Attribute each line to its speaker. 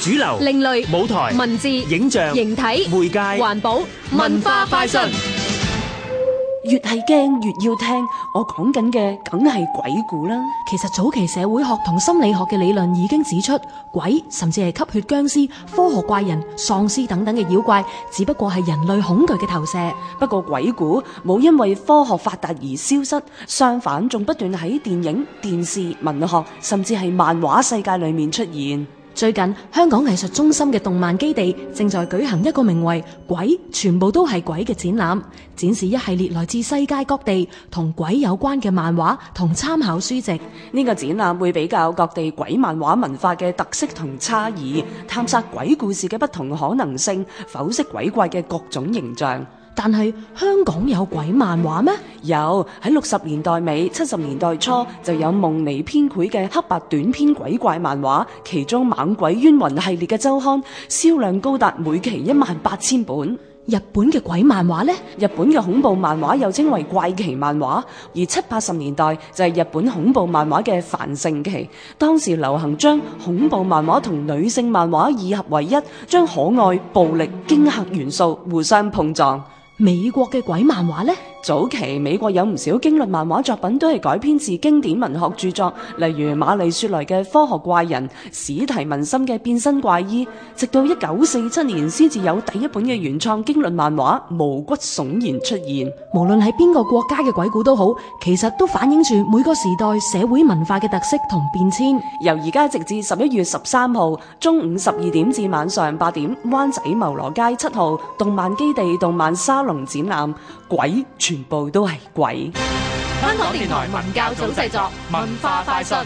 Speaker 1: 主流、
Speaker 2: 另類
Speaker 1: 舞台、
Speaker 2: 文字、
Speaker 1: 影像、
Speaker 2: 形體、
Speaker 1: 媒介、
Speaker 2: 環保、文化快訊。
Speaker 3: 越係驚越要聽，我講緊嘅梗係鬼故啦。
Speaker 4: 其實早期社會學同心理學嘅理論已經指出，鬼甚至係吸血僵屍、科學怪人、喪屍等等嘅妖怪，只不過係人類恐懼嘅投射。
Speaker 3: 不過鬼故冇因為科學發達而消失，相反仲不斷喺電影、電視、文學甚至係漫畫世界裏面出現。
Speaker 4: 最近香港藝術中心嘅動漫基地正在舉行一個名為《鬼全部都係鬼》嘅展覽，展示一系列來自世界各地同鬼有關嘅漫畫同參考書籍。
Speaker 3: 呢個展覽會比較各地鬼漫畫文化嘅特色同差異，探索鬼故事嘅不同可能性，剖析鬼怪嘅各種形象。
Speaker 4: 但係香港有鬼漫畫咩？
Speaker 3: 有喺六十年代尾、七十年代初就有夢妮編繪嘅黑白短篇鬼怪漫畫，其中《猛鬼冤魂》系列嘅周刊銷量高達每期一萬八千本。
Speaker 4: 日本嘅鬼漫畫呢？
Speaker 3: 日本嘅恐怖漫畫又稱為怪奇漫畫，而七八十年代就係日本恐怖漫畫嘅繁盛期。當時流行將恐怖漫畫同女性漫畫二合為一，將可愛、暴力、驚嚇元素互相碰撞。
Speaker 4: 美國嘅鬼漫畫呢？
Speaker 3: 早期美國有唔少驚慄漫畫作品都係改編自經典文學著作，例如瑪麗雪萊嘅《科學怪人》、史提文森嘅《變身怪醫》，直到一九四七年先至有第一本嘅原創驚慄漫畫《毛骨悚然》出現。
Speaker 4: 無論喺邊個國家嘅鬼故都好，其實都反映住每個時代社會文化嘅特色同變遷。
Speaker 3: 由而家直至十一月十三號中午十二點至晚上八點，灣仔茂羅街七號動漫基地動漫沙龍展覽《鬼》。全部都係鬼。
Speaker 2: 香港電台文教組製作，文化快訊。